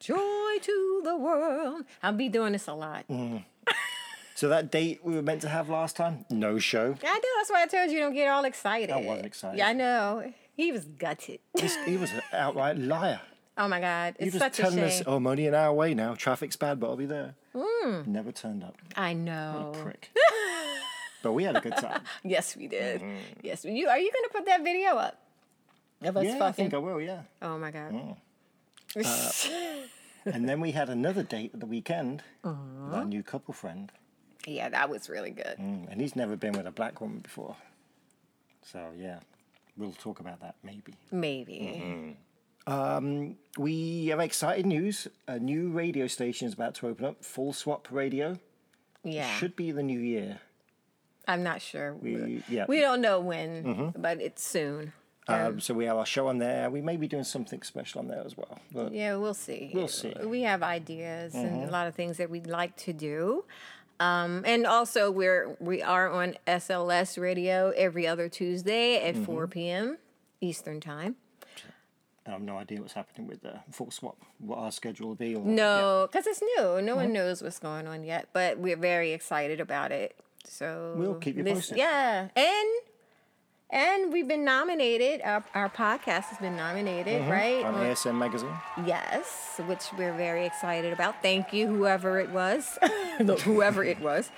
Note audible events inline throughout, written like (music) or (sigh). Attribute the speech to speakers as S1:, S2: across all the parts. S1: Joy to the world. I'll be doing this a lot.
S2: Mm-hmm. So that date we were meant to have last time, no show.
S1: I know. That's why I told you don't get all excited.
S2: I wasn't excited.
S1: Yeah, I know. He was gutted.
S2: This- he was an outright liar.
S1: Oh my God,
S2: He
S1: it's
S2: was
S1: such a
S2: telling
S1: shame.
S2: us, "Oh, I'm only an hour away now. Traffic's bad, but I'll be there."
S1: Hmm.
S2: Never turned up,
S1: I know. (laughs)
S2: prick. but we had a good time.
S1: Yes, we did.
S2: Mm-hmm.
S1: Yes, you are you gonna put that video up of us
S2: yeah, I
S1: fucking?
S2: think Mm. I will. Yeah.
S1: oh my god.
S2: And then we had another date at the weekend. with Our new couple friend,
S1: (laughs) yeah, that was really good.
S2: Mm, and he's never been with a black woman before. So yeah, we'll talk about that maybe.
S1: Maybe.
S2: Mm-hmm. We have exciting news. A new radio station is about to open up. Full Swap Radio
S1: Yeah.
S2: should be the new year.
S1: I'm not sure.
S2: We, Mm-hmm. yeah.
S1: We don't know when, but it's soon.
S2: Um, so we have our show on there. We may be doing something special on there as well. But
S1: Yeah, we'll see.
S2: We'll see. Mm-hmm.
S1: We have ideas and a lot of things that we'd like to do. Um, and also, we're we are on SLS Radio every other Tuesday at
S2: Mm-hmm.
S1: 4 p.m. Eastern Time.
S2: I have no idea what's happening with the full swap, what our schedule will be. Or,
S1: No, because it's new. No
S2: Mm-hmm.
S1: one knows what's going on yet, but we're very excited about it. So
S2: We'll keep you posted.
S1: Yeah, and and we've been nominated. Our, our podcast has been nominated, right?
S2: Yeah, on
S1: On-
S2: ASM magazine.
S1: Yes, which we're very excited about. Thank you, whoever it was, (laughs) No, whoever it
S2: (laughs)
S1: was.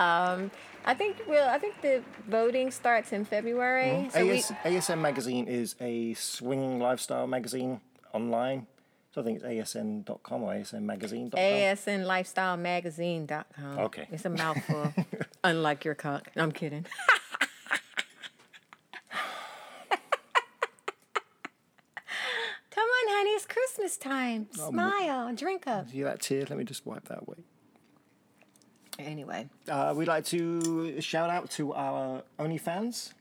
S1: Um, I think well, I think the voting starts in February. So we,
S2: AS, ASM magazine is a swing lifestyle magazine online. So I think it's asn.com or asnmagazine.com.
S1: Oh. ASNLifestyleMagazine.com.
S2: Okay.
S1: It's a (laughs) mouthful, unlike your cock. No, I'm kidding. (laughs) Come on, honey, it's Christmas time. Smile, drink up.
S2: See that tear? Let me just wipe that away.
S1: Anyway,
S2: Uh, we'd like to shout out to our OnlyFans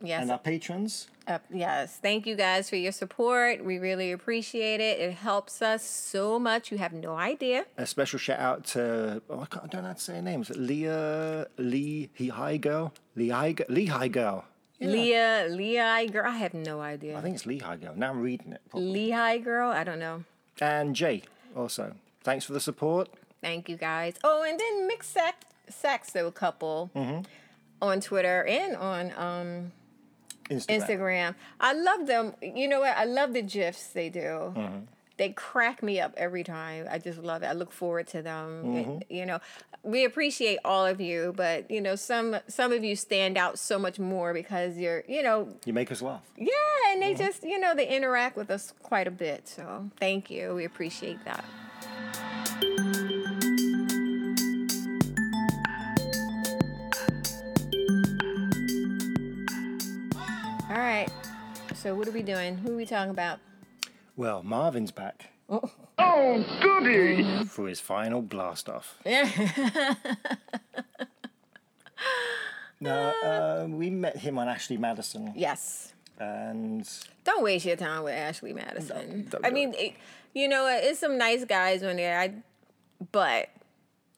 S1: yes,
S2: and uh, our patrons.
S1: Up, yes. Thank you guys for your support. We really appreciate it. It helps us so much. You have no idea.
S2: A special shout out to oh, I, can't, I don't know how to say her name. Is it Leah Lee High Girl? Lehigh G- Lehigh Girl.
S1: Leah, Leah, girl. I have no
S2: I
S1: idea.
S2: think it's Lehigh Girl. Now I'm reading it. properly.
S1: Lehigh girl. I don't know.
S2: And Jay also. Thanks for the support.
S1: Thank you guys. Oh, and then Mix Sax- Saxo couple on Twitter and on um,
S2: Instagram.
S1: Instagram. I love them. You know what? I love the gifs they do. They crack me up every time. I just love it. I look forward to them. And, you know, we appreciate all of you, but you know, some some of you stand out so much more because you're, you know,
S2: You make us laugh.
S1: yeah, and they just, you know, they interact with us quite a bit. So, thank you. We appreciate that. All right. So, what are we doing? Who are we talking about?
S2: Well, Marvin's back
S3: Oh, goody!
S2: for his final blast off. now, uh, we met him on Ashley Madison,
S1: Yes.
S2: and
S1: Don't waste your time with Ashley Madison.
S2: Don't- don't
S1: I
S2: do
S1: mean, it, you know, what? it's some nice guys on there, I, but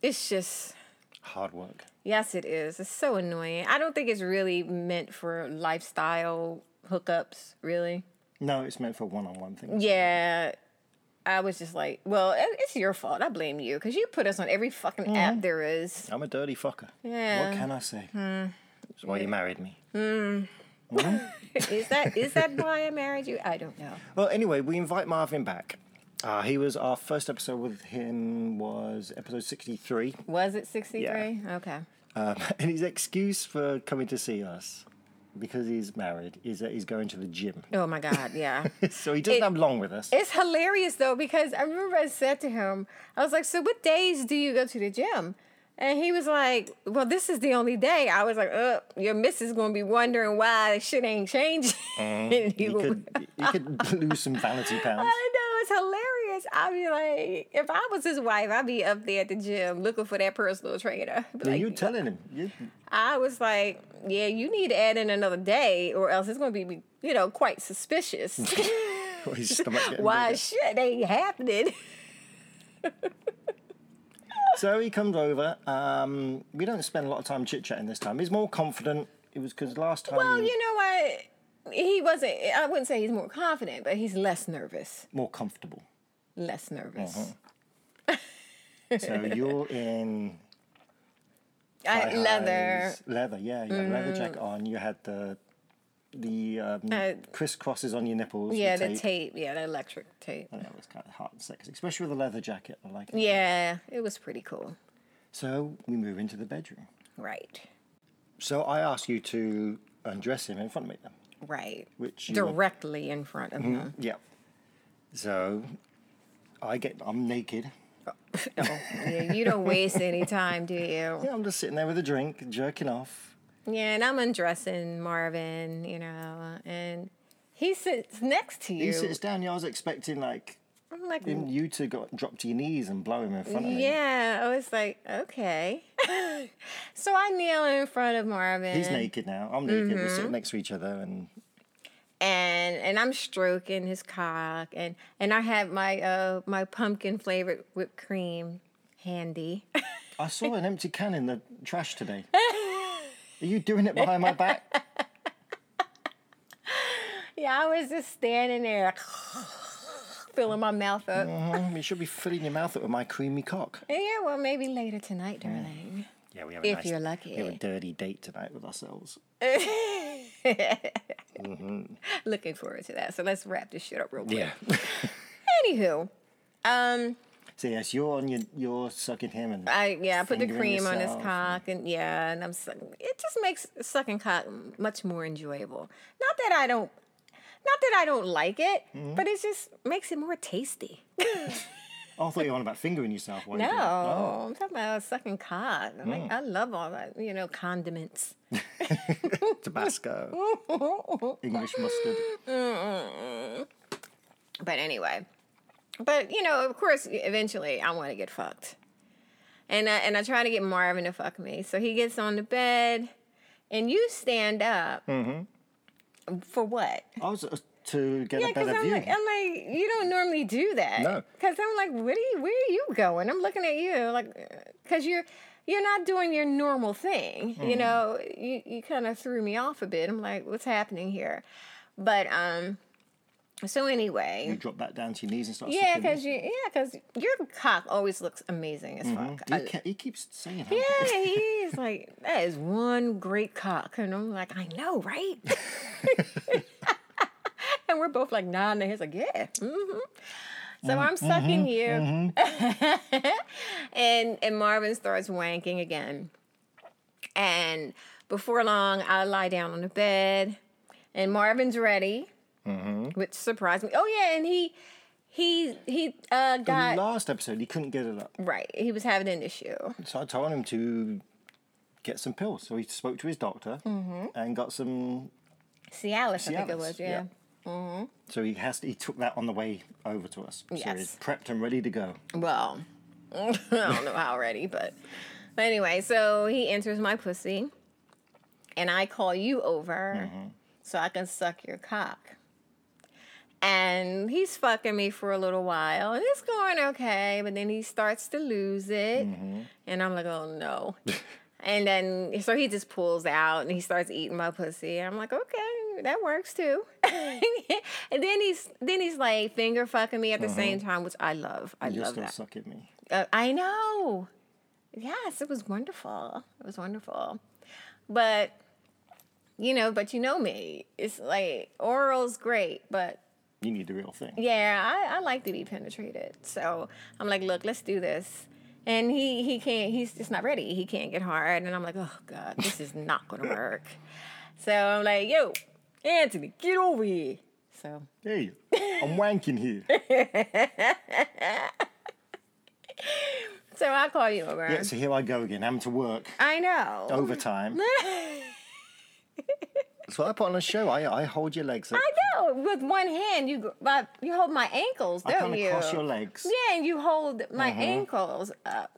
S1: it's just.
S2: hard work.
S1: Yes, it is. It's so annoying. I don't think it's really meant for lifestyle hookups, really.
S2: No, it's meant for one-on-one things.
S1: Yeah. I was just like, well, it- it's your fault. I blame you because you put us on every fucking app there is.
S2: I'm a dirty fucker.
S1: Yeah.
S2: What can I say? That's why you married me. Hmm.
S1: Is that is that why I married you? I don't know.
S2: Well, anyway, we invite Marvin back. Uh, he was our first episode with him was episode 63,
S1: Was it 63? Okay.
S2: um, (laughs) and his excuse for coming to see us because he's married is that he's going to the gym. (laughs)
S1: Oh my God. Yeah.
S2: so he doesn't
S1: It-
S2: have long
S1: (laughs)
S2: with us.
S1: It's hilarious though because I remember I said to him, I was like, "So what days do you go to the gym?" And he was like, "Well, this is the only day." I was like, "Uh, your missus gonna be wondering why the shit ain't changing." (laughs) And he
S2: He
S1: was-
S2: Mm, could he could (laughs) lose some vanity pounds.
S1: I know it's hilarious. I'd be like, if I was his wife, I'd be up there at the gym looking for that personal trainer. (laughs) Be
S2: Are
S1: like,
S2: you telling him? You, (laughs)
S1: I was like, "Yeah, you need to add in another day, or else it's gonna be, you know, quite
S2: (laughs)
S1: suspicious."
S2: well, his stomach
S1: (laughs)
S2: getting
S1: Why
S2: bigger.
S1: shit ain't happening?
S2: So he comes over. Um, we don't spend a lot of time chit chatting this time. He's more confident. It was because last time
S1: Well, you know what? He wasn't. I wouldn't say he's more confident, but he's less nervous.
S2: more comfortable.
S1: Less nervous.
S2: Uh-huh. So
S1: (laughs)
S2: you're in
S1: I, (laughs) leather. Mm.
S2: high-highs, leather. Yeah, you had leather jacket on. You had the the um,
S1: Uh,
S2: crisscrosses on your nipples.
S1: Yeah, the
S2: the
S1: tape. Yeah, the electric tape.
S2: That was kind of hot and sexy, especially with a leather jacket. I like it.
S1: Yeah, it was pretty cool.
S2: So we move into the bedroom.
S1: Right.
S2: So I ask you to undress him in front of me then.
S1: Right.
S2: Which you-
S1: Directly in front of him.
S2: Yeah. So I get I'm naked. Mm-hmm.
S1: Yeah, you don't waste
S2: (laughs)
S1: any time, do you?
S2: Yeah, I'm just sitting there with a drink, jerking off.
S1: Yeah, and I'm undressing Marvin, you know, and he sits next to you.
S2: He sits down. Yeah, I was expecting like
S1: I'm like,
S2: him, you to go, drop to your knees and blow him in front of me.
S1: yeah. I was like, okay. (laughs) so I kneel in front of Marvin. Mm-hmm.
S2: He's naked now. I'm naked. We're sitting next to each other, and
S1: and and I'm stroking his cock, and and I had my uh my pumpkin flavored whipped cream handy. (laughs)
S2: I saw an empty can in the trash today. Are you doing it behind my back? (laughs)
S1: yeah, I was just standing there, (laughs) filling my mouth up.
S2: Mm, you should be filling your mouth up with my creamy cock.
S1: Yeah, well, maybe later tonight, darling. (laughs)
S2: Yeah, we have a
S1: If
S2: nice,
S1: you're lucky.
S2: We have a dirty date tonight with ourselves.
S1: Looking forward to that. So let's wrap this shit up real quick.
S2: Yeah.
S1: Anywho, um,
S2: (laughs) so yes, you're on your you're sucking him and
S1: I yeah, I put the
S2: Fingering
S1: cream on his
S2: yourself.
S1: cock, and yeah, and I'm sucking. It just makes sucking cock much more enjoyable. Not that I don't, not that I don't like it, but it just makes it more tasty.
S2: Oh, I thought you were on about fingering yourself. while you
S1: No,
S2: did it. Oh.
S1: I'm talking about sucking cock. I'm like, I love all that, you know, condiments.
S2: Tabasco,
S1: (laughs)
S2: English mustard.
S1: But anyway, but you know, of course, eventually I want to get fucked, and I, and I try to get Marvin to fuck me. So he gets on the bed, and you stand up. For what?
S2: I was uh, to get
S1: Yeah,
S2: a
S1: because
S2: better
S1: I'm
S2: view.
S1: like, I'm like, you don't normally do that.
S2: No.
S1: Because I'm like, what are you? Where are you going? I'm looking at you, like, because you're you're not doing your normal thing. You know, you you kind of threw me off a bit. I'm like, what's happening here? But um, so anyway,
S2: you drop back down to your knees and start.
S1: yeah,
S2: sucking him.
S1: because you, yeah, 'cause your cock always looks amazing as fuck.
S2: He,
S1: I-
S2: ca- he keeps saying how
S1: yeah, he's like, that is one great cock. And I'm like, I know, right? (laughs) and we're both like, nah, and he's like, yeah. hmm So
S2: Mm-hmm,
S1: I'm sucking you. (laughs) and and Marvin starts wanking again. And before long, I lie down on the bed, and Marvin's ready,
S2: Mm-hmm.
S1: which surprised me. Oh yeah, and he he he uh,
S2: the
S1: got
S2: last episode he couldn't get it up,
S1: right. He was having an issue.
S2: so I told him to get some pills. So he spoke to his doctor
S1: Mm-hmm.
S2: and got some.
S1: Cialis, I think
S2: Cialis,
S1: it was.
S2: yeah.
S1: Yeah.
S2: So he has to, he took that on the way over to us. So he's
S1: Yes.
S2: prepped and ready to go.
S1: Well, (laughs) I don't know how already, but but anyway, so he enters my pussy, and I call you over
S2: Mm-hmm.
S1: so I can suck your cock. And he's fucking me for a little while, and it's going okay, but then he starts to lose it,
S2: Mm-hmm.
S1: and I'm like, oh
S2: (laughs)
S1: no. and then so he just pulls out and he starts eating my pussy. I'm like, okay, that works too. (laughs) and then he's then he's like finger fucking me at the same time, which I love. I
S2: Mm-hmm. You're
S1: love
S2: still
S1: that.
S2: sucking me.
S1: Uh, I know. Yes, it was wonderful. It was wonderful. But you know, but you know me. It's like oral's great, but
S2: You need the real thing.
S1: yeah, I, I like to be penetrated. So I'm like, look, let's do this. And he he can't. He's just not ready. He can't get hard. And I'm like, oh god, this is not gonna work. So I'm like, yo, Anthony, get over here. So
S2: Hey,
S1: (laughs)
S2: I'm wanking here.
S1: so I call you over.
S2: Yeah, so here I go again. Having to work
S1: I know.
S2: overtime.
S1: (laughs)
S2: so I put on a show. I, I hold your legs up.
S1: I know. With one hand, you go- but you hold my ankles,
S2: I
S1: don't
S2: kinda
S1: you?
S2: cross your Mm-hmm. legs.
S1: Yeah, and you hold my ankles up,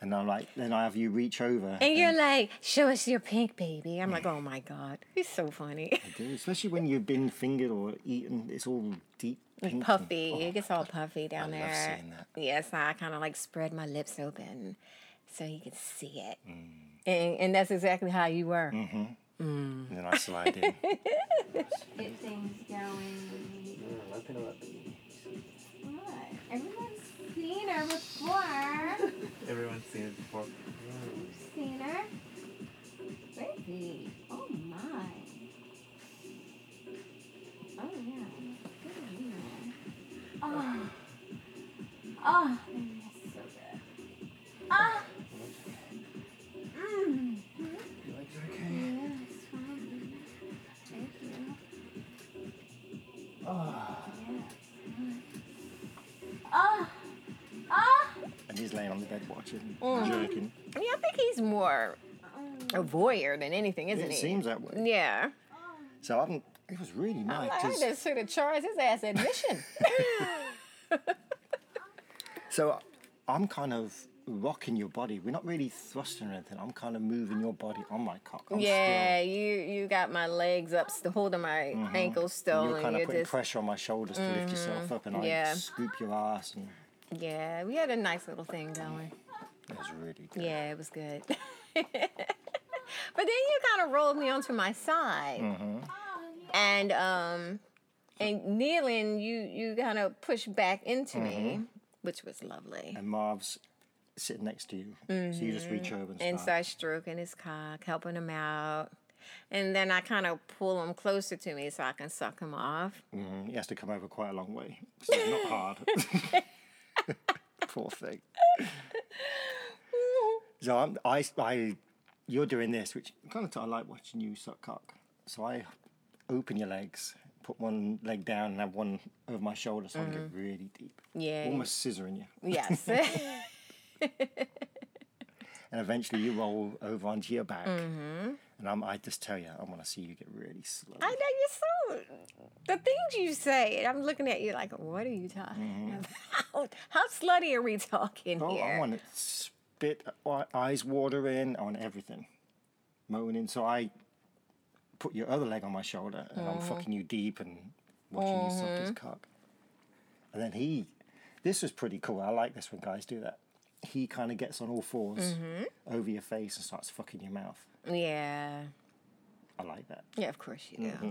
S2: And I'm like, then I have you reach over.
S1: and you're like, "Show us your pink, baby." I'm like, "Oh my god, he's so funny,
S2: Especially when you've been fingered or eaten, it's all deep. (laughs) pink and-
S1: puffy."
S2: oh,
S1: it gets all puffy down
S2: I
S1: there."
S2: love seeing that.
S1: Yes, I kind of like spread my lips open so you can see it,
S2: Mm.
S1: and and that's exactly how you were.
S2: And then I slide
S1: (laughs)
S2: in.
S4: get things going. What? Everyone's seen
S5: Everyone's seen
S4: her before.
S5: it before.
S4: seen her. Baby. Oh my. Oh yeah. Good on you. Oh. Oh, baby, that's so good. Ah. Mmm.
S5: okay?
S4: Yeah, it's fine. Thank you. Oh. Oh.
S2: and he's laying on the bed watching,
S1: Mm.
S2: jerking.
S1: Yeah, I think he's more
S4: Um,
S1: a voyeur than anything, isn't
S2: It
S1: he?
S2: seems that way.
S1: yeah.
S2: So I'm. It was really
S1: I'm
S2: nice.
S1: like, I
S2: 'cause-
S1: just should have charged his ass
S2: (laughs)
S1: admission.
S2: So I'm kind of rocking your body. We're not really thrusting or anything. I'm kind of moving your body on my cock. I'm
S1: yeah, you you got my legs up, st- holding my
S2: Mm-hmm.
S1: ankles still,
S2: still. And you're kind of putting
S1: just Mm-hmm.
S2: pressure on my shoulders to lift yourself up, and I
S1: yeah.
S2: scoop your ass, and
S1: yeah. We had a nice little thing going.
S2: it was really good.
S1: Yeah, it was good. (laughs) but then you kind of rolled me onto my side,
S2: Mm-hmm.
S1: and um, and kneeling, you you kind of pushed back into me, which was lovely.
S2: Mm-hmm. And Marv's sitting next to you, so you just reach over and start.
S1: Mm-hmm. and start stroking his cock, helping him out. And then I kind of pull him closer to me so I can suck him off.
S2: He has to come over quite a long way. So it's not hard. (laughs) Poor thing. So I'm, I, I, you're doing this, which kind of I like watching you suck cock. So I open your legs, put one leg down, and have one over my shoulder, so I can get really deep.
S1: Yeah.
S2: Almost scissoring you,
S1: Yes. (laughs)
S2: and eventually you roll over onto your back. And I'm, I just tell you, I want to see you get really slow.
S1: I know you're so. The things you say, I'm looking at you like, what are you talking about? (laughs) How slutty are we talking
S2: Mm-hmm. Oh,
S1: here?
S2: I want it spit, I- eyes watering, I want everything. Moaning. So I put your other leg on my shoulder and I'm fucking you deep and watching you suck his cock. And then he, this was pretty cool. I like this when guys do that. He kind of gets on all 4s over your face and starts fucking your mouth.
S1: yeah.
S2: I like that. (laughs)
S1: Yeah, of course you do.
S2: Mm-hmm.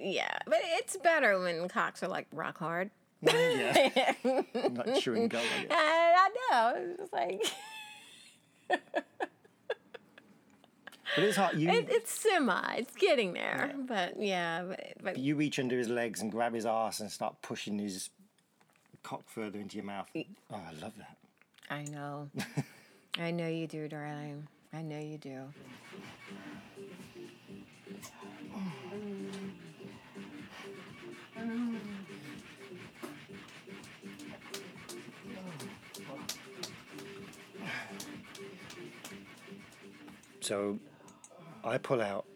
S1: Yeah, but it's better when cocks are like rock hard.
S2: yeah. Not chewing gum. I
S1: And
S2: guess.
S1: I know. It's just like, (laughs)
S2: But it's hard. You,
S1: it, it's semi, it's getting there. But yeah, but, but
S2: you reach under his legs and grab his ass and start pushing his cock further into your mouth. Oh, I love that.
S1: I know. (laughs) I know you do, darling. I know you do.
S2: So I pull out.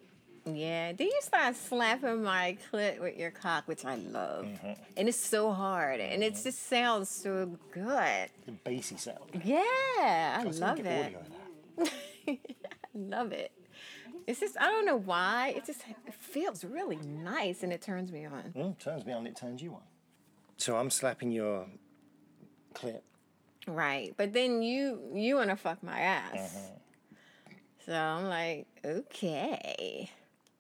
S1: Yeah. Then you start slapping my clit with your cock, which I love.
S2: Mm-hmm.
S1: And it's so hard. And it just sounds so good.
S2: The bassy sound.
S1: Yeah. I
S2: Let's
S1: love
S2: get
S1: it.
S2: Audio of that.
S1: Love it. It's just, I don't know why. It just it feels really nice and it turns me on.
S2: Mm, turns me on, it turns you on. So I'm slapping your clip.
S1: Right. But then you, you want to fuck my ass.
S2: Mm-hmm.
S1: So I'm like, okay.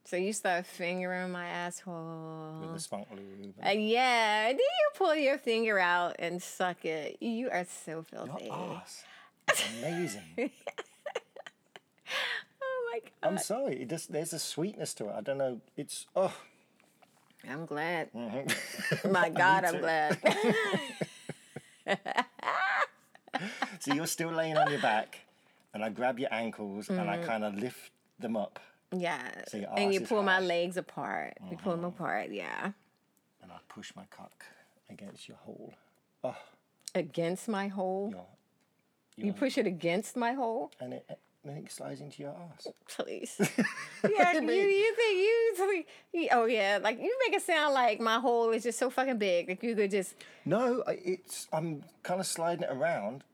S1: So you start fingering my asshole.
S2: with the spunk lube.
S1: Uh, yeah, did you pull your finger out and suck it? You are so filthy.
S2: Your ass. is
S1: (laughs)
S2: Amazing.
S1: Oh my god.
S2: I'm sorry. It just there's a sweetness to it. I don't know. It's oh (laughs)
S1: I'm glad. my god, I'm
S2: too.
S1: glad.
S2: (laughs) so you're still laying on your back, and I grab your ankles and
S1: Mm.
S2: I kind of lift them up
S1: yeah.
S2: So your
S1: and
S2: ass
S1: you
S2: is Mm-hmm.
S1: pull my
S2: hard.
S1: legs apart. You pull them apart, yeah.
S2: and I push my cock against your hole.
S1: Against my hole.
S2: Your
S1: You push it against my hole?
S2: and it, then it slides into your ass. (laughs)
S1: Please. yeah, you, you think you, think- you oh yeah, like you make it sound like my hole is just so fucking big. Like you could just
S2: No, I- it's I'm kind of sliding it around.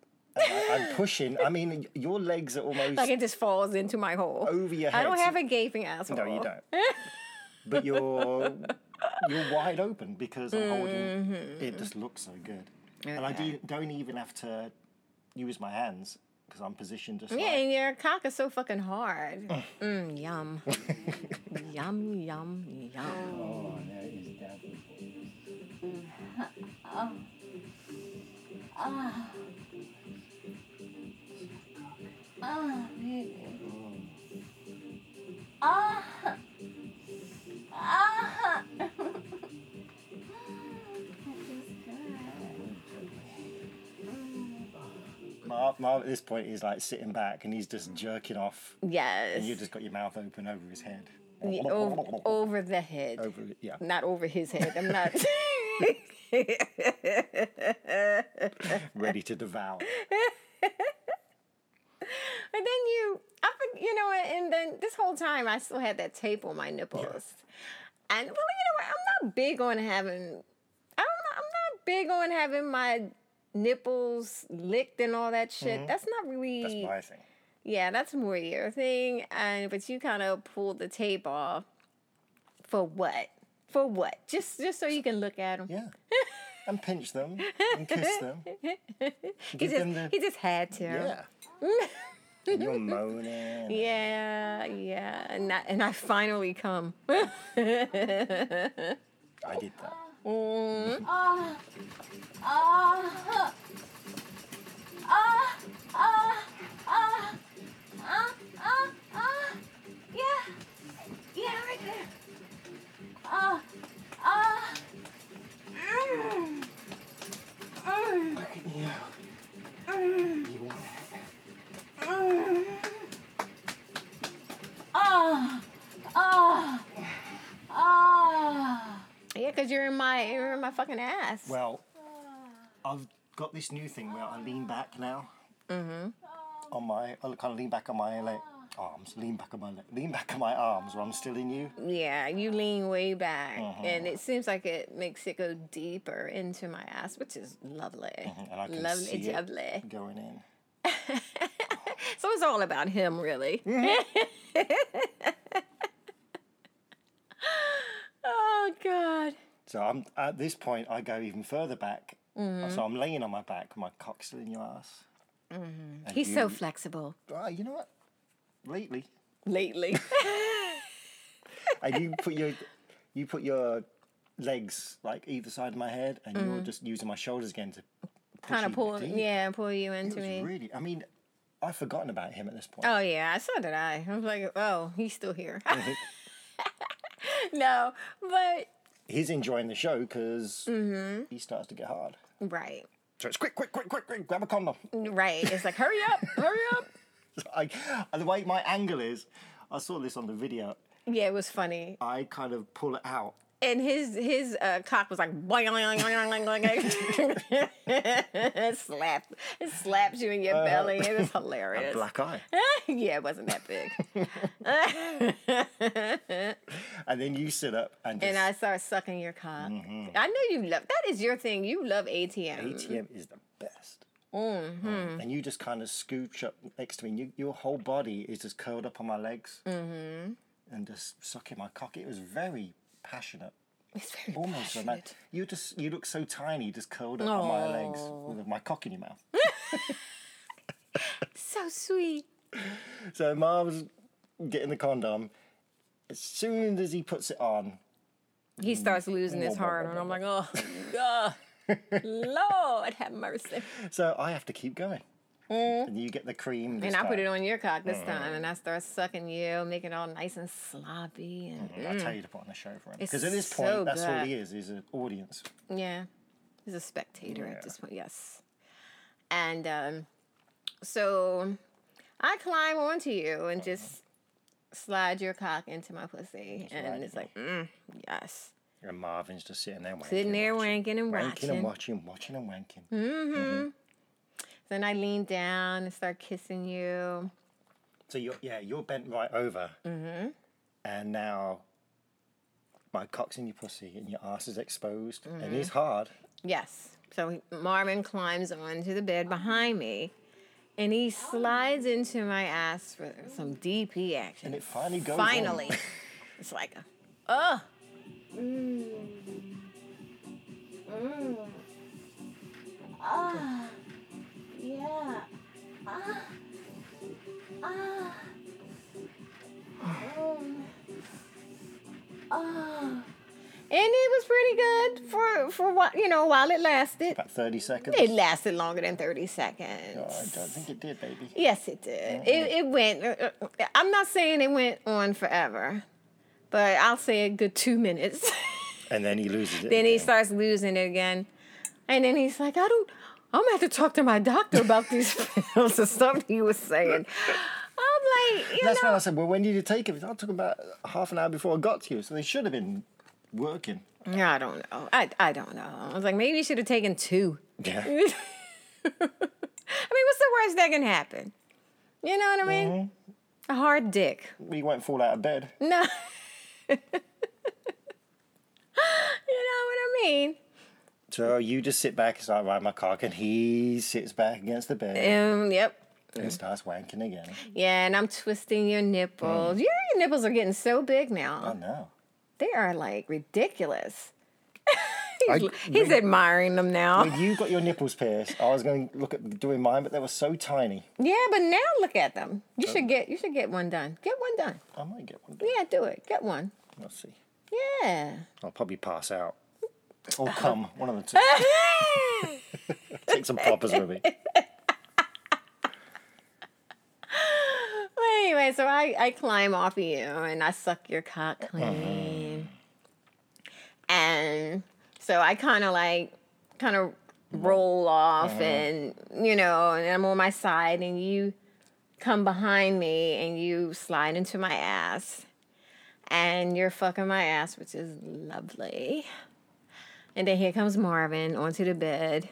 S2: And I, I'm pushing. I mean, y- your legs are almost.
S1: like it just falls into my hole.
S2: Over your
S1: I don't
S2: head.
S1: have a gaping asshole.
S2: no, you don't.
S1: (laughs)
S2: but you're you're wide open because I'm holding.
S1: Mm-hmm.
S2: It just looks so good, and I do, don't even have to use my hands because I'm positioned just.
S1: Yeah,
S2: like,
S1: and your cock is so fucking hard. Mm,
S2: (laughs)
S1: yum. yum, yum, yum.
S2: oh, there it is, Dad.
S4: Ah, baby. Ah. Ah. That feels good.
S2: Marv, Marv at this point is like sitting back and he's just jerking off,
S1: Yes.
S2: and you've just got your mouth open over his head. (laughs)
S1: Yeah, over, over the head.
S2: Over- yeah.
S1: Not over his head. I'm
S2: (laughs)
S1: not. (laughs)
S2: Ready to devour.
S1: But then you, I, think- you know, what, and then this whole time I still had that tape on my nipples. And well, you know what? I'm not big on having. I don't know. I'm not big on having my nipples licked and all that shit. That's not really.
S2: Mm-hmm. That's my thing.
S1: Yeah, that's more your thing. And but you kind of pulled the tape off for what? For what? Just just so you can look at him. (laughs)
S2: Yeah. and pinch them and kiss them.
S1: he
S2: Give
S1: just
S2: them the.
S1: he just had to.
S2: uh,
S1: (laughs)
S2: yeah. and you're moaning.
S1: Yeah, yeah, and I, and I finally come. (laughs)
S2: Mm-hmm. I did that.
S4: Ah. Ah. Ah. Ah. Ah. Ah. Ah. Ah. Yeah. Yeah, right there. Ah. Ah. Mm. Mm. Mm. Mm. Ah. Ah. Ah.
S1: Yeah, cause you're in my you're in my fucking ass.
S2: Well, I've got this new thing where I lean back now. Mm-hmm. On my, I kind of lean back on my like, arms, lean back on my leg, lean back on my arms, where I'm still in you.
S1: yeah, you lean way back, and
S2: Uh-huh.
S1: it seems like it makes it go deeper into my ass, which is lovely,
S2: And I can
S1: lovely,
S2: see it
S1: lovely.
S2: going in.
S1: So it's all about him, really. Mm-hmm. (laughs) oh God.
S2: So I'm at this point, I go even further back.
S1: Mm.
S2: So I'm laying on my back, my cock's still in your ass. Mm-hmm.
S1: He's so flexible
S2: you know what? Lately,
S1: (laughs) lately.
S2: and you put your, you put your legs like either side of my head, and you're just using my shoulders again to
S1: kind
S2: pushing
S1: of Mm.
S2: me
S1: pull,
S2: deep.
S1: yeah, pull you
S2: It
S1: into
S2: was
S1: me.
S2: really. I mean, I've forgotten about him at this point.
S1: Oh yeah, so did I. I was like, oh, he's still here. (laughs) no, but
S2: He's enjoying the show because
S1: Mm-hmm.
S2: he starts to get hard.
S1: right,
S2: So it's quick, quick, quick, quick, quick. Grab a condom.
S1: right. It's like, hurry up, hurry up.
S2: (laughs) I, and the way my angle is, I saw this on the video.
S1: Yeah, it was funny.
S2: I kind of pull it out.
S1: And his his uh, cock was like boing, boing, boing, boing, boing, boing. (laughs) it slapped it slapped you in your belly. It was
S2: (laughs)
S1: hilarious.
S2: Uh, Black eye.
S1: yeah, it wasn't that big.
S2: And then you sit up and just.
S1: and I started sucking your cock.
S2: Mm-hmm.
S1: I know you love that is your thing. You love ATM.
S2: ATM is the best.
S1: Mm-hmm.
S2: Mm, And you just kind of scooch up next to me. And you, your whole body is just curled up on my legs
S1: Mm-hmm.
S2: and just sucking my cock. It was very passionate.
S1: It's very
S2: Almost
S1: passionate.
S2: like you just you look so tiny, just curled up on my legs with my cock in your mouth.
S1: So sweet.
S2: so Marv's getting the condom. As soon as he puts it on,
S1: He starts losing his
S2: Mm. Whoa, whoa,
S1: heart,
S2: whoa,
S1: and I'm like, oh, God. Lord, have mercy.
S2: so I have to keep going. And you get the cream. This
S1: And Mm. I put
S2: time.
S1: it on your cock this
S2: Mm-hmm.
S1: time, and I start sucking you, making it all nice and sloppy, and
S2: And I tell you to put on a show for him
S1: Mm. It's
S2: because at this
S1: so
S2: point, that's all
S1: good.
S2: he is—is an audience.
S1: Yeah. He's a spectator
S2: Yeah.
S1: at this point, yes. And um, so I climb onto you
S2: Oh.
S1: and just slide your cock into my pussy. and it's like, mm, yes.
S2: And Marvin's just sitting there, wanking,
S1: Sitting there
S2: watching,
S1: wanking and
S2: wanking
S1: watching. Mm-hmm.
S2: and watching, watching and wanking.
S1: Then I lean down and start kissing you.
S2: So you're yeah, you're bent right over,
S1: Mm-hmm.
S2: and now my cock's in your pussy, and your ass is exposed,
S1: Mm-hmm.
S2: and he's hard.
S1: Yes. So Marvin climbs onto the bed behind me and he slides into my ass for some DP action.
S2: And it finally goes. in. (laughs)
S1: Finally. it's like, oh.
S4: Ah, yeah. Ah, ah. Um. Ah.
S1: And it was pretty good for, for what, you know, while it lasted.
S2: About thirty seconds.
S1: It lasted longer than 30
S2: No,
S1: seconds.
S2: I don't think Oh, it did, baby.
S1: (laughs) Yes, it did. It, it went, uh, uh, I'm not saying it went on forever, but I'll say a good two minutes. (laughs)
S2: And then he loses it.
S1: then he
S2: again.
S1: starts losing it again. And then he's like, I don't, I'm gonna have to talk to my doctor about these (laughs) pills or something he was saying. I'm like, you
S2: That's
S1: know,
S2: when I said, "Well, when did you take it?" I took about half an hour before I got to you, so they should have been
S1: (laughs)
S2: working.
S1: I don't know. I, I don't know. I was like, maybe you should have taken two.
S2: Yeah.
S1: I mean, what's the worst that can happen? You know what I mean? A hard dick.
S2: we won't fall out of bed.
S1: No. (laughs) you know what I mean?
S2: So you just sit back, start riding my cock, and he sits back against the bed
S1: Um, yep.
S2: and starts wanking again.
S1: Yeah, and I'm twisting your nipples. Your, your nipples are getting so big now.
S2: Oh no.
S1: They are like ridiculous. (laughs) he's,
S2: I-
S1: he's admiring them now.
S2: When you got your nipples pierced, I was going to look at doing mine, but they were so tiny.
S1: Yeah, but now look at them. You should get you should get one done. Get one done.
S2: I might get one. Day.
S1: Yeah, do it. Get one.
S2: Let's see.
S1: Yeah. (laughs)
S2: I'll probably pass out. Or come, one of the two. Take some poppers with me.
S1: Well, anyway, so I, I climb off of you and I suck your cock clean. And so I kind of like, kind of roll off and, you know, and I'm on my side and you come behind me and you slide into my ass. And you're fucking my ass, which is lovely. And then here comes Marvin onto the bed.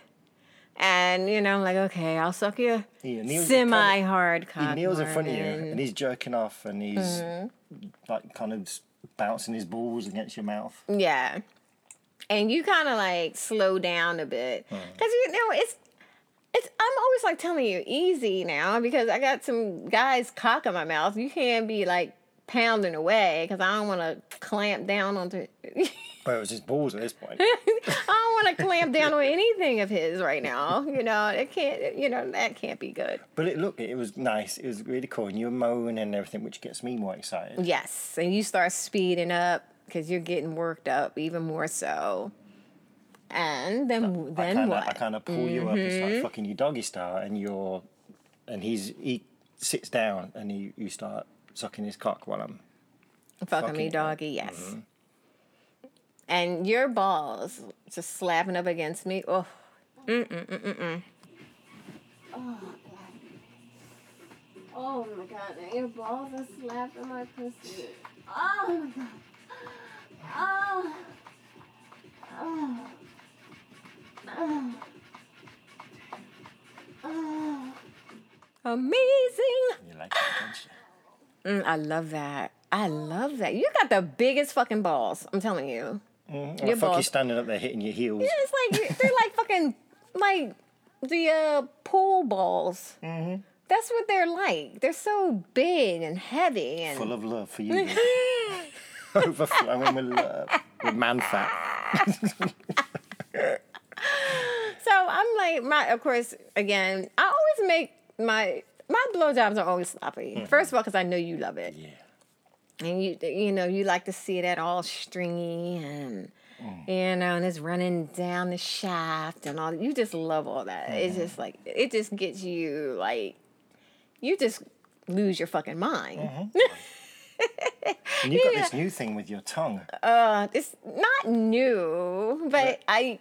S1: And, you know, I'm like, okay, I'll suck your
S2: He kneels-
S1: semi hard cock.
S2: He kneels in front of you
S1: Marvin.
S2: and he's jerking off and he's like kind of s- bouncing his balls against your mouth.
S1: Yeah. And you kind of like slow down a bit. Because, you know, it's, it's, I'm always like telling you easy now because I got some guys cock in my mouth. You can't be like pounding away because I don't want to clamp down (laughs) onto, I
S2: Well, it was his balls at this point.
S1: don't want to clamp down on anything of his right now. You know, it can't, you know, that can't be good.
S2: but it look, it was nice. It was really cool. And you were moaning and everything, which gets me more excited.
S1: Yes. And you start speeding up because you're getting worked up even more so. And then,
S2: I
S1: then
S2: kinda,
S1: what? Mm-hmm.
S2: I kind of pull you up and start fucking you doggy style, and you're, and he's he sits down and you you start sucking his cock while I'm.
S1: Fucking me
S2: Fucking- Mm-hmm.
S1: doggy, yes. And your balls just slapping up against me. Oh,
S4: Oh my god, your balls are slapping my pussy. Oh my god. Oh. Oh. Oh. Oh.
S1: amazing.
S2: You like it, don't you?
S1: Mm, I love that. I love that. You got the biggest fucking balls. I'm telling you.
S2: Well,
S1: Your
S2: fuck you
S1: balls.
S2: standing up there hitting your heels.
S1: Yeah, It's like they're like fucking like the uh, pool balls. Mm-hmm. That's what they're like. They're so big and heavy and
S2: Full of love for you.
S1: (laughs) (gasps)
S2: (laughs) Overflowing with love. With man fat.
S1: So I'm like, my of course, again, I always make my my blowjobs are always sloppy. First of all, because I know you love it,
S2: Mm-hmm. Yeah.
S1: and you you know you like to see that all stringy and
S2: Mm.
S1: you know, and it's running down the shaft and all. You just love all that.
S2: Mm-hmm.
S1: It's just like it just gets you like you just lose your fucking mind.
S2: Mm-hmm. And you've got this new thing with your tongue.
S1: Uh, it's not new, but I.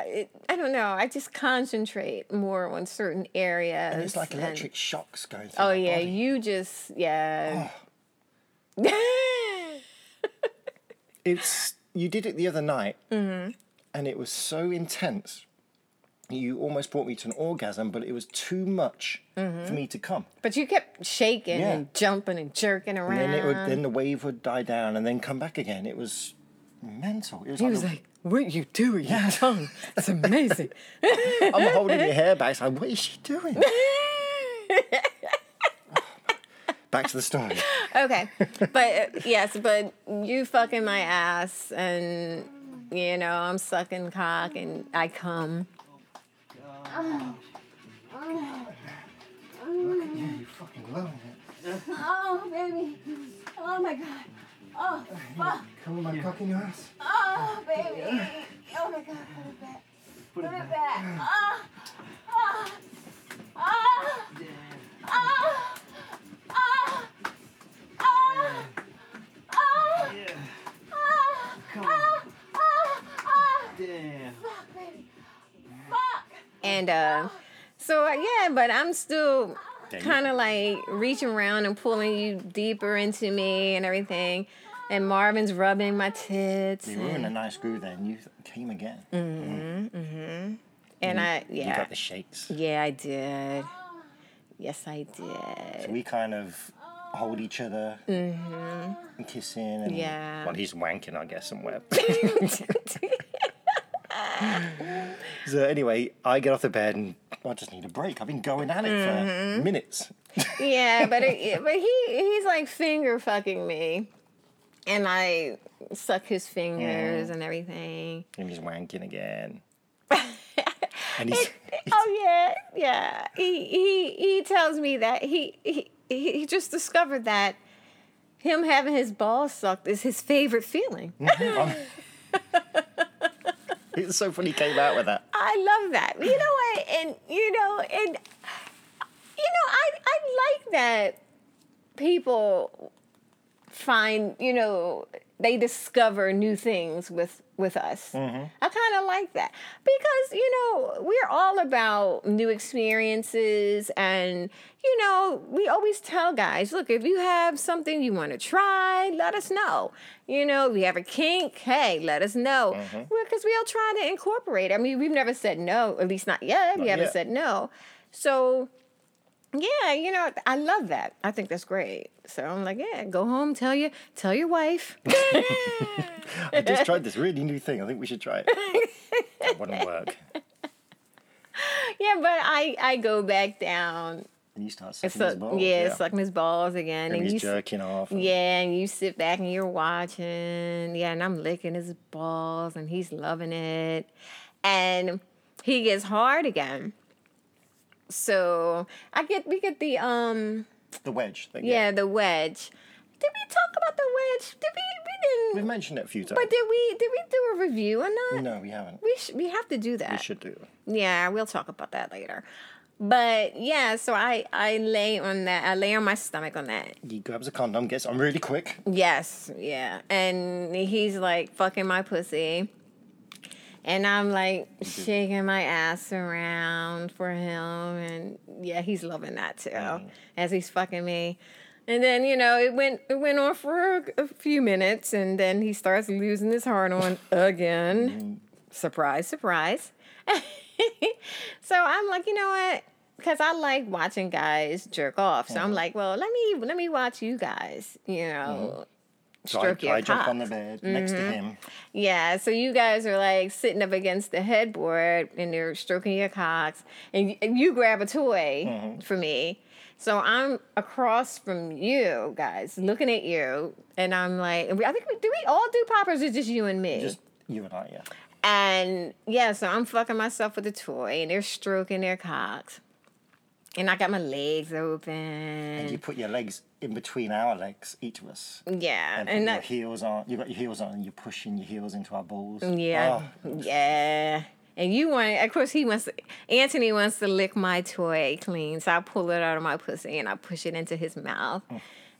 S1: I, I don't know. I just concentrate more on certain areas.
S2: And it's like
S1: and-
S2: electric shocks going through
S1: Oh
S2: my
S1: yeah,
S2: body.
S1: you just yeah.
S2: It's you did it the other night,
S1: Mm-hmm.
S2: and it was so intense. You almost brought me to an orgasm, but it was too much
S1: Mm-hmm.
S2: for me to come.
S1: (laughs) but you kept shaking
S2: Yeah.
S1: and jumping and jerking around.
S2: And then it would, then the wave would die down, and then come back again. It was mental. It was,
S1: he
S2: like,
S1: was
S2: a-
S1: like, "What you doing? Your tongue? It's
S2: (laughs)
S1: amazing." (laughs)
S2: I'm holding your hair back. It's like, what is she doing? back to the
S1: (laughs)
S2: story.
S1: okay, but uh, yes, but you fucking my ass, and you know I'm sucking cock, and I come.
S2: Yeah, you fucking loving it.
S4: Oh, baby. Oh my god. Oh, fuck.
S2: Come on, my cock in your ass.
S4: Oh, baby. Oh my god, put it back. Put it back. Ah. Ah. Ah. Ah. Ah. Ah. Ah. Ah. Ah. Ah. Ah.
S5: Damn.
S4: Fuck, baby. Fuck.
S1: And uh, so uh, yeah, but I'm still kind of like reaching around and pulling you deeper into me and everything. And Marvin's rubbing my tits,
S2: You were
S1: and,
S2: in a nice groove there, and you came again.
S1: and I Mm. yeah,
S2: Mm-hmm. You got the shakes.
S1: yeah, I did. Yes, I did.
S2: So we kind of hold each other and kissing. And,
S1: Mm-hmm. Yeah. (laughs)
S2: (laughs) Well, he's wanking, I guess, somewhere. So anyway, I get off the bed and I just need a break. I've been going at it
S1: Mm-hmm.
S2: for minutes.
S1: Yeah, but it, but he he's like finger fucking me, and I suck his fingers and everything.
S2: And he's wanking
S1: (laughs)
S2: again. and (laughs) he's
S1: Oh yeah, yeah. He he he tells me that he he he he just discovered that him having his balls sucked is his favorite feeling.
S2: it's so funny he came out with that.
S1: I love that. You know what? And you know, and you know, I I like that people find you know they discover new things with with us. I kind of like that because you know we're all about new experiences, and you know we always tell guys, look, if you have something you want to try, let us know. You know, if you have a kink, hey, let us know because we all trying to incorporate. I mean, we've never said no, at least not yet. we haven't
S2: yet.
S1: said no, so. Yeah, you know, I love that. I think that's great. So I'm like, yeah, go home, tell you, tell your (laughs) wife.
S2: I
S1: (laughs)
S2: just tried this really new thing. I think we should try it. That wouldn't work.
S1: yeah, but I I go back down.
S2: And you start sucking
S1: So,
S2: his balls.
S1: yeah, sucking his balls again,
S2: And
S1: you
S2: he's
S1: s-
S2: jerking off. and-
S1: yeah, and you sit back and you're watching. Yeah, and I'm licking his balls, and he's loving it, and he gets hard again. So I get we get the um
S2: The wedge thing.
S1: yeah the wedge. Did we talk about the wedge? Did we we
S2: We've
S1: didn't?
S2: mentioned it a few times.
S1: But did we did we do a review on that?
S2: no, we haven't.
S1: We sh- we have to do that.
S2: We should do.
S1: Yeah, we'll talk about that later. But yeah, so I I lay on that. I lay on my stomach on that.
S2: He grabs a condom, gets on really quick.
S1: Yes, yeah. And he's like fucking my pussy. And I'm like shaking my ass around for him and yeah, he's loving that too
S2: Mm.
S1: as he's fucking me. And then, you know, it went it went on for a, a few minutes and then he starts losing his hard
S2: (laughs)
S1: on
S2: Mm-hmm.
S1: again. Surprise, surprise. (laughs) so I'm like, you know what? Because I like watching guys jerk off. So
S2: Mm-hmm.
S1: I'm like, well, let me let me watch you guys, you know.
S2: Mm-hmm. So
S1: Stroke
S2: I,
S1: your Mm-hmm.
S2: I jump on the
S1: cock.
S2: bed next to him.
S1: Yeah, so you guys are like sitting up against the headboard and they're stroking your cocks, and y- and you grab a toy
S2: Mm-hmm.
S1: for me. So I'm across from you guys, looking at you, and I'm like, and we- I think we do we all do poppers or just you and me?
S2: Just you and I, yeah.
S1: And yeah, so I'm fucking myself with a toy, and they're stroking their cocks, and I got my legs open.
S2: And
S1: Mm.
S2: you put your legs in between our legs, each of us.
S1: yeah,
S2: And, put
S1: and
S2: your
S1: that,
S2: heels on. You've got your heels on and you're pushing your heels into our balls.
S1: Yeah.
S2: Oh,
S1: Yeah. And you want, of course, he wants, Anthony wants to lick my toy clean. So I pull it out of my pussy and I push it into his mouth.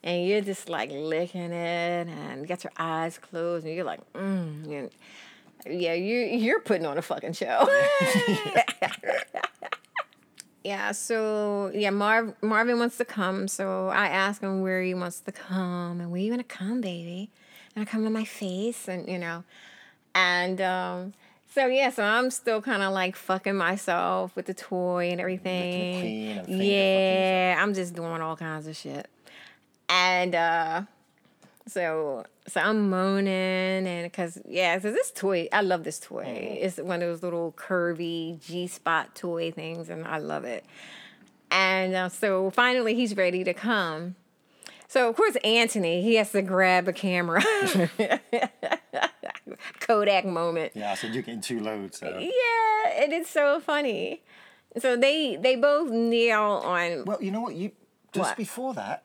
S1: And you're just like licking it and you got your eyes closed and you're like, mm. And yeah, you, you're putting on a fucking show. (laughs) yeah. So yeah, Marv, Marvin wants to come. So I ask him where he wants to come and where you want to come, baby. And I come on my face and, you know. And um, so yeah, so I'm still kind of like fucking myself with the toy and
S2: queen
S1: everything.
S2: and finger
S1: Yeah, I'm just doing all kinds of shit. And uh, so so I'm moaning and because yeah, so this toy, I love this toy.
S2: Mm-hmm.
S1: It's one of those little curvy G spot toy things, and I love it. And uh, so finally, he's ready to come. So of course, Anthony, he has to grab a camera. (laughs) Kodak moment.
S2: Yeah, I said you're getting too low, so.
S1: Yeah, and it's so funny. So they they both kneel on.
S2: Well, you know what? You just
S1: What? Mm-hmm.
S2: before that,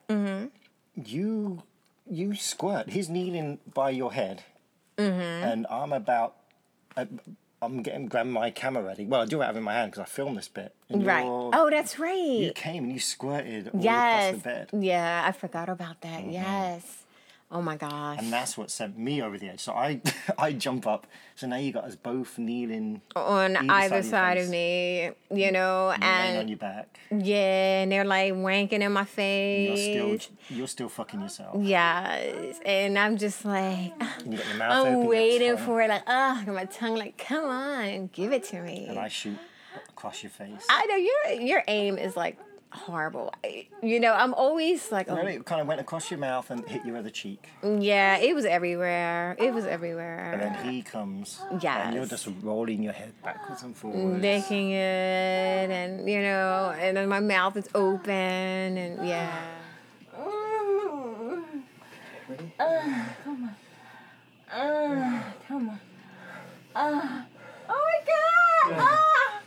S2: you you squirt. He's kneeling by your head,
S1: Mm-hmm.
S2: and I'm about. I, I'm getting grabbing my camera ready. Well, I do have it in my hand because I filmed this bit. And
S1: Right.
S2: you're-
S1: Oh, that's
S2: You
S1: right.
S2: came and you squirted all
S1: Yes.
S2: across the bed. Mm-hmm.
S1: Yeah, I forgot about that. Yes. Oh my gosh.
S2: And that's what sent me over the edge. So I, (laughs) I jump up. So now you got us both kneeling,
S1: on
S2: either
S1: either,
S2: side
S1: side,
S2: of your
S1: of
S2: face.
S1: me, you know,
S2: laying on
S1: and
S2: your back.
S1: yeah, and they're like wanking in my
S2: You're
S1: face.
S2: still, (laughs) you're still fucking yourself.
S1: Oh, Yes, and I'm just like,
S2: And you got your mouth open.
S1: I'm
S2: your
S1: waiting
S2: tongue,
S1: for it, like, oh, my tongue, like, come on, give it to me.
S2: And I shoot across your face.
S1: I know your your aim is like horrible. I- You know, I'm always like, oh,
S2: Really, it kind of went across your mouth and hit your other cheek,
S1: yeah, it was everywhere. It was
S2: and
S1: everywhere.
S2: then he comes, and you're
S1: Yes.
S2: just rolling your head backwards and forwards.
S1: Licking it, and you know, and then my mouth is open, and yeah.
S4: Ah, come on. Ah. oh my god! Ah!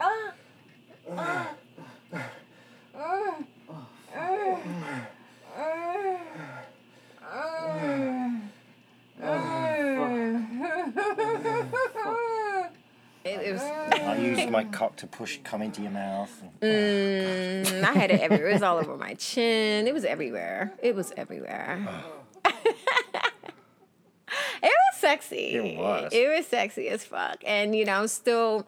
S4: Ah! Ah! Ah! Ah! Ah!
S1: It, it was.
S2: I used my cock to push come into your mouth.
S1: Mm, I had it everywhere. It was all over my chin. It was everywhere. It was everywhere. (laughs) it was sexy.
S2: It was.
S1: It was sexy as fuck. And you know, I'm still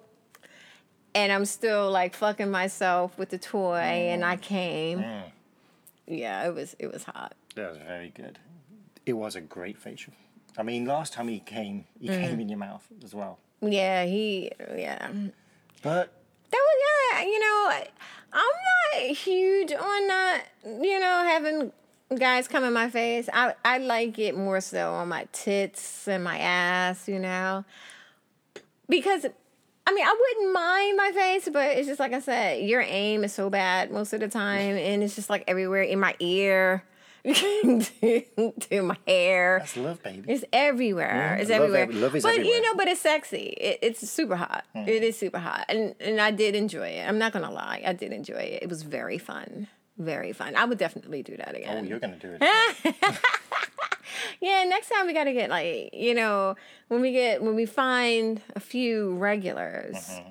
S1: and I'm still like fucking myself with the toy and
S2: Mm.
S1: I came. Yeah, it was it was hot.
S2: That was very good. It was a great facial. I mean, last time he came, he
S1: Mm.
S2: came in your mouth as well.
S1: Yeah, he yeah.
S2: But
S1: That was yeah, you know, I'm not huge on not, you know, having guys come in my face. I I like it more so on my tits and my ass, you know. Because I mean, I wouldn't mind my face, but it's just like I said, your aim is so bad most of the time and it's just like everywhere in my ear, (laughs) to, to my hair.
S2: that's love, baby.
S1: It's everywhere. it's
S2: love
S1: everywhere.
S2: ev- love is
S1: but
S2: everywhere. Mm.
S1: you know, but it's sexy. It, it's super hot. It is super hot, and and I did enjoy it. I'm not gonna lie, I did enjoy it. It was very fun. Very fun. I would definitely do that
S2: Oh,
S1: again.
S2: you're gonna
S1: (laughs)
S2: do it. Oh.
S1: yeah, next time we gotta get like you know when we get when we find a few regulars,
S2: Mm-hmm.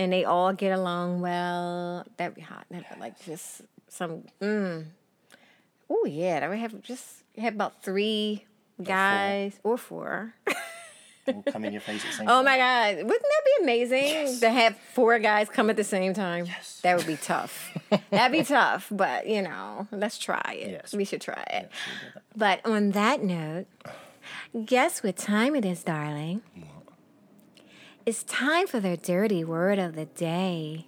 S1: and they all get along well. That'd be hot. That'd be like just some. Mm, oh yeah, that would have just have about three guys or four.
S2: It'll come in your face at the same
S1: Oh
S2: time.
S1: my God. Wouldn't that be amazing to have four guys come at the same time? That would be tough. That'd be tough, but you know, let's try it.
S2: Yes.
S1: We should try it. but on that note, guess what time it is, darling? It's time for the dirty word of the day.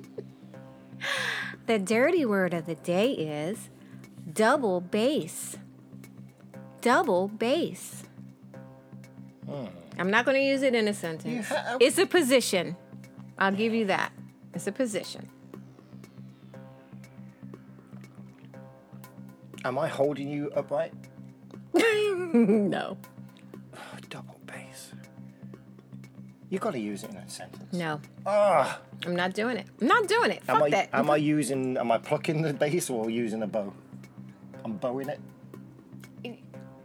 S1: (laughs) the dirty word of the day is double bass. Double bass. Hmm. I'm not going to use it in a sentence. It's a position. I'll give you that. It's a (laughs) position.
S2: Am I holding you upright?
S1: no,
S2: Oh, double bass. You gotta use it in a sentence.
S1: no,
S2: Ah,
S1: I'm not doing it. I'm not doing it.
S2: am
S1: Fuck
S2: I
S1: that.
S2: am I using am I plucking the bass or using a bow? I'm bowing it.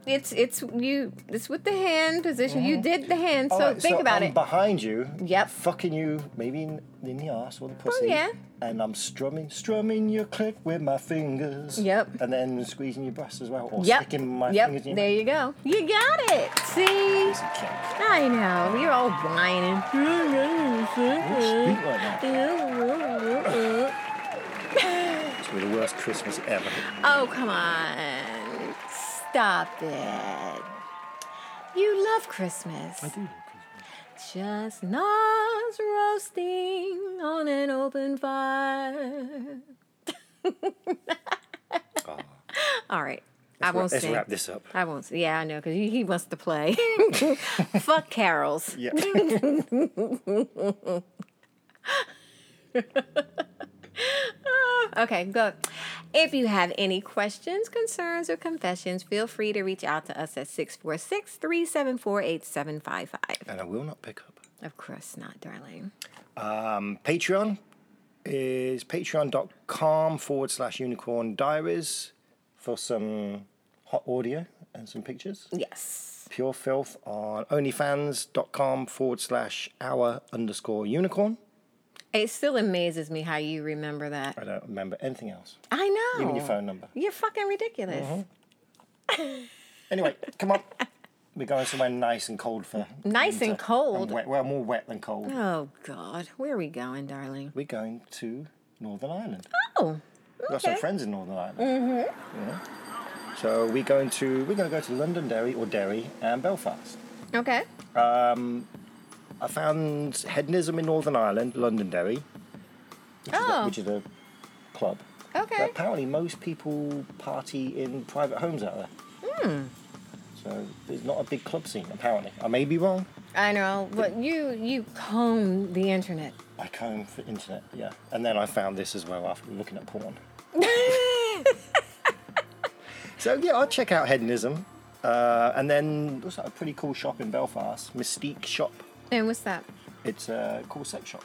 S1: it's it's you. It's with the hand position. You did the hand, so
S2: Alright,
S1: think about
S2: I'm
S1: it.
S2: Behind you.
S1: Yep. Oh,
S2: Fucking you, maybe in, in the ass or the pussy.
S1: yeah.
S2: And I'm strumming, strumming your clit with my fingers.
S1: Yep.
S2: And then squeezing your breasts as well, or
S1: Yep.
S2: sticking my
S1: Yep.
S2: fingers in.
S1: There you go. You got it. See.
S2: Piece of cake.
S1: I know. You're all whining.
S2: Speak like that. It's the worst Christmas ever.
S1: Oh, come on. Stop it. You love Christmas. I do love Christmas. Chestnuts roasting on an open fire. (laughs) All right. I won't
S2: Let's
S1: sing.
S2: wrap this up.
S1: I won't. sing. Yeah, I know, because he, he wants to play. (laughs) Fuck carols.
S2: Yeah.
S1: (laughs) Okay, go. If you have any questions, concerns, or confessions, feel free to reach out to us at 646 374 8755.
S2: and I will not pick up.
S1: Of course not, darling.
S2: Patreon is patreon.com forward slash unicorn diaries for some hot audio and some pictures.
S1: Yes.
S2: Pure filth on onlyfans.com forward slash our underscore unicorn.
S1: It still amazes me how you remember that.
S2: I don't remember anything else.
S1: I know.
S2: Even your phone Mm-hmm. number.
S1: You're fucking ridiculous.
S2: Anyway, come on. We're going somewhere nice and cold for.
S1: Nice and
S2: winter.
S1: cold?
S2: wet. Well, more wet than cold.
S1: Oh, God. Where are we going, darling?
S2: We're going to Northern Ireland.
S1: Oh,
S2: We've got some
S1: Okay.
S2: friends in Northern Ireland. Mm-hmm. So we're going to we're going to go to Londonderry or Derry and Belfast.
S1: okay.
S2: I found hedonism in Northern Ireland, Londonderry, which, is a,
S1: Oh.
S2: which is a club.
S1: Okay.
S2: But apparently, most people party in private homes out there.
S1: Hmm.
S2: So there's not a big club scene, apparently. I may be wrong.
S1: I know, but you you comb the
S2: (laughs)
S1: internet.
S2: I comb for internet, yeah. And then I found this as well after looking at porn. So yeah, I'll check out Hedonism. Uh, and then there's a pretty cool shop in Belfast, Mystique Shop.
S1: and what's that?
S2: It's a cool sex shop.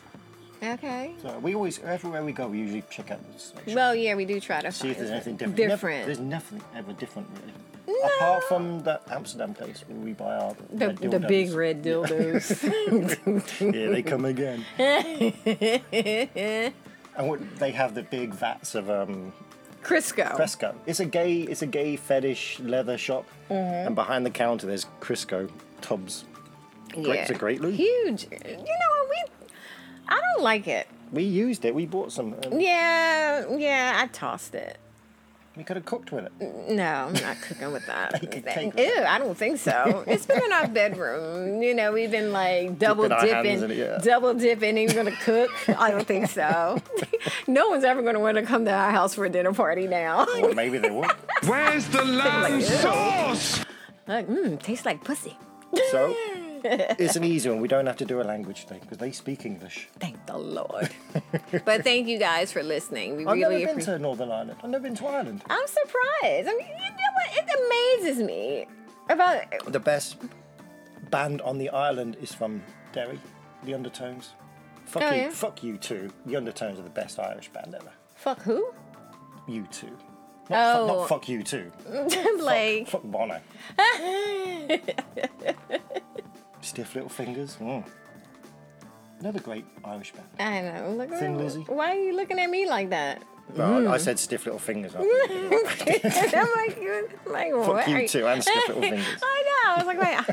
S1: Okay.
S2: So we always, everywhere we go, we usually check out the sex shop.
S1: Well, yeah, we do try to
S2: See if
S1: find
S2: there's anything different. Never-
S1: Different.
S2: there's nothing ever different, really.
S1: No.
S2: Apart from that Amsterdam place where we buy our red
S1: the, the
S2: dildos.
S1: big red
S2: (laughs)
S1: dildos. (laughs)
S2: Yeah, they come again. and what, they have the big vats of um,
S1: Crisco.
S2: Cresco. It's a gay, it's a gay fetish leather shop,
S1: Mm-hmm.
S2: and behind the counter there's Crisco tubs. Great, It's a great loop.
S1: Huge. You know what? We. I don't like it.
S2: We used it. We bought some. And
S1: Yeah, yeah, I tossed it.
S2: We could have cooked with it.
S1: No, I'm not cooking with
S2: (laughs)
S1: that.
S2: Bake a
S1: That-
S2: cake with
S1: Ew, I don't think so. It's been in our bedroom. You know, we've been like double
S2: Dipping our hands
S1: dipping,
S2: in it, yeah.
S1: double dipping, and you're gonna cook. I don't think so. (laughs) no one's ever gonna want to come to our house for a dinner party now. (laughs)
S2: Or maybe they would.
S6: Where's the lamb sauce?
S1: like, mmm, tastes like pussy.
S2: So it's an easy one. We don't have to do a language thing because they speak English.
S1: (laughs) Thank the Lord. but thank you guys for listening. We
S2: I've
S1: really
S2: never been
S1: appreciate.
S2: to Northern Ireland. I've never been to Ireland.
S1: I'm surprised. I mean, you know what? It amazes me about.
S2: The best band on the island is from Derry, The Undertones. Fuck
S1: Oh,
S2: you,
S1: yeah?
S2: fuck you two. The Undertones are the best Irish band ever.
S1: Fuck who? (laughs)
S2: You two. Not, fu-
S1: Oh.
S2: not fuck you two.
S1: I'm like.
S2: Fuck Bono. Stiff little fingers. Mm. Another great Irish band.
S1: I know. Look,
S2: Thin Lizzy.
S1: Why are you looking at me like that? (laughs)
S2: Well,
S1: Mm.
S2: I said stiff little fingers. I
S1: I'm
S2: think. (laughs)
S1: like, you- like what?
S2: you
S1: are
S2: too, and stiff little
S1: (laughs)
S2: fingers.
S1: I know. I was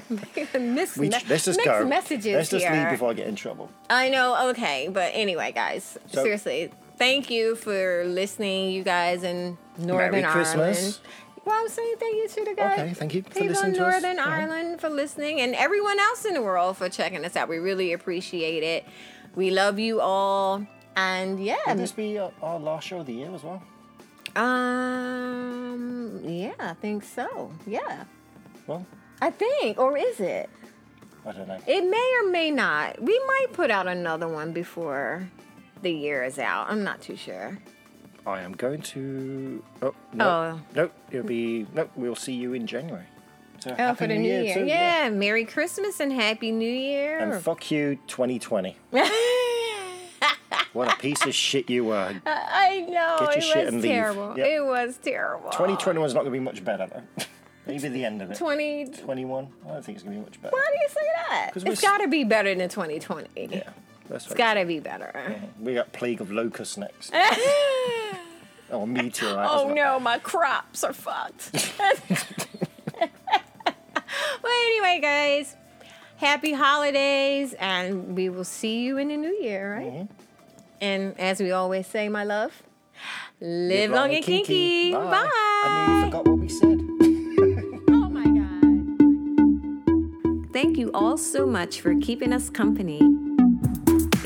S1: (laughs) like, wait, I missed.
S2: We, let's just
S1: mixed
S2: go.
S1: messages
S2: let's just
S1: here.
S2: leave before I get in trouble.
S1: I know. Okay, but anyway, guys,
S2: So-
S1: seriously, thank you for listening, you guys in Northern
S2: Merry
S1: Ireland.
S2: Christmas.
S1: Well, I'm saying thank you to the guys.
S2: Okay, thank you for
S1: people
S2: listening
S1: in
S2: to us.
S1: Northern
S2: Uh-huh.
S1: Ireland for listening, and everyone else in the world for checking us out. We really appreciate it. We love you all, and yeah,
S2: Will this be our, our last show of the year as well?
S1: um, yeah, I think so. Yeah,
S2: Well,
S1: I think, or is it?
S2: I don't know.
S1: It may or may not. We might put out another one before the year is out. I'm not too sure.
S2: I am going to. Oh no,
S1: Oh.
S2: nope. It'll be nope. We'll see you in January. So
S1: Oh,
S2: happy
S1: for the new year.
S2: too,
S1: yeah. Merry Christmas and Happy New Year. (laughs)
S2: And fuck you, 2020. What a piece of shit you were.
S1: (laughs) I know.
S2: Get your
S1: it
S2: shit
S1: was
S2: and leave.
S1: terrible.
S2: Yep.
S1: It was terrible.
S2: 2021's not going to be much better though. (laughs) Maybe the end of it.
S1: 20.
S2: 21. I don't think it's going to be much better.
S1: Why do you say that?
S2: 'Cause we're
S1: It's
S2: s-
S1: got to be better than 2020.
S2: Yeah, that's
S1: It's
S2: right.
S1: got to be better.
S2: We got plague of locusts next.
S1: (laughs)
S2: oh, meteorite.
S1: Uh, oh no, my crops are fucked. (laughs) well, anyway, guys, happy holidays, and we will see you in the new year, right? And as we always say, my love, live, long, and kinky.
S2: Bye.
S1: Bye.
S2: I nearly forgot what we said.
S1: Oh my God. Thank you all so much for keeping us company.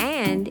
S1: And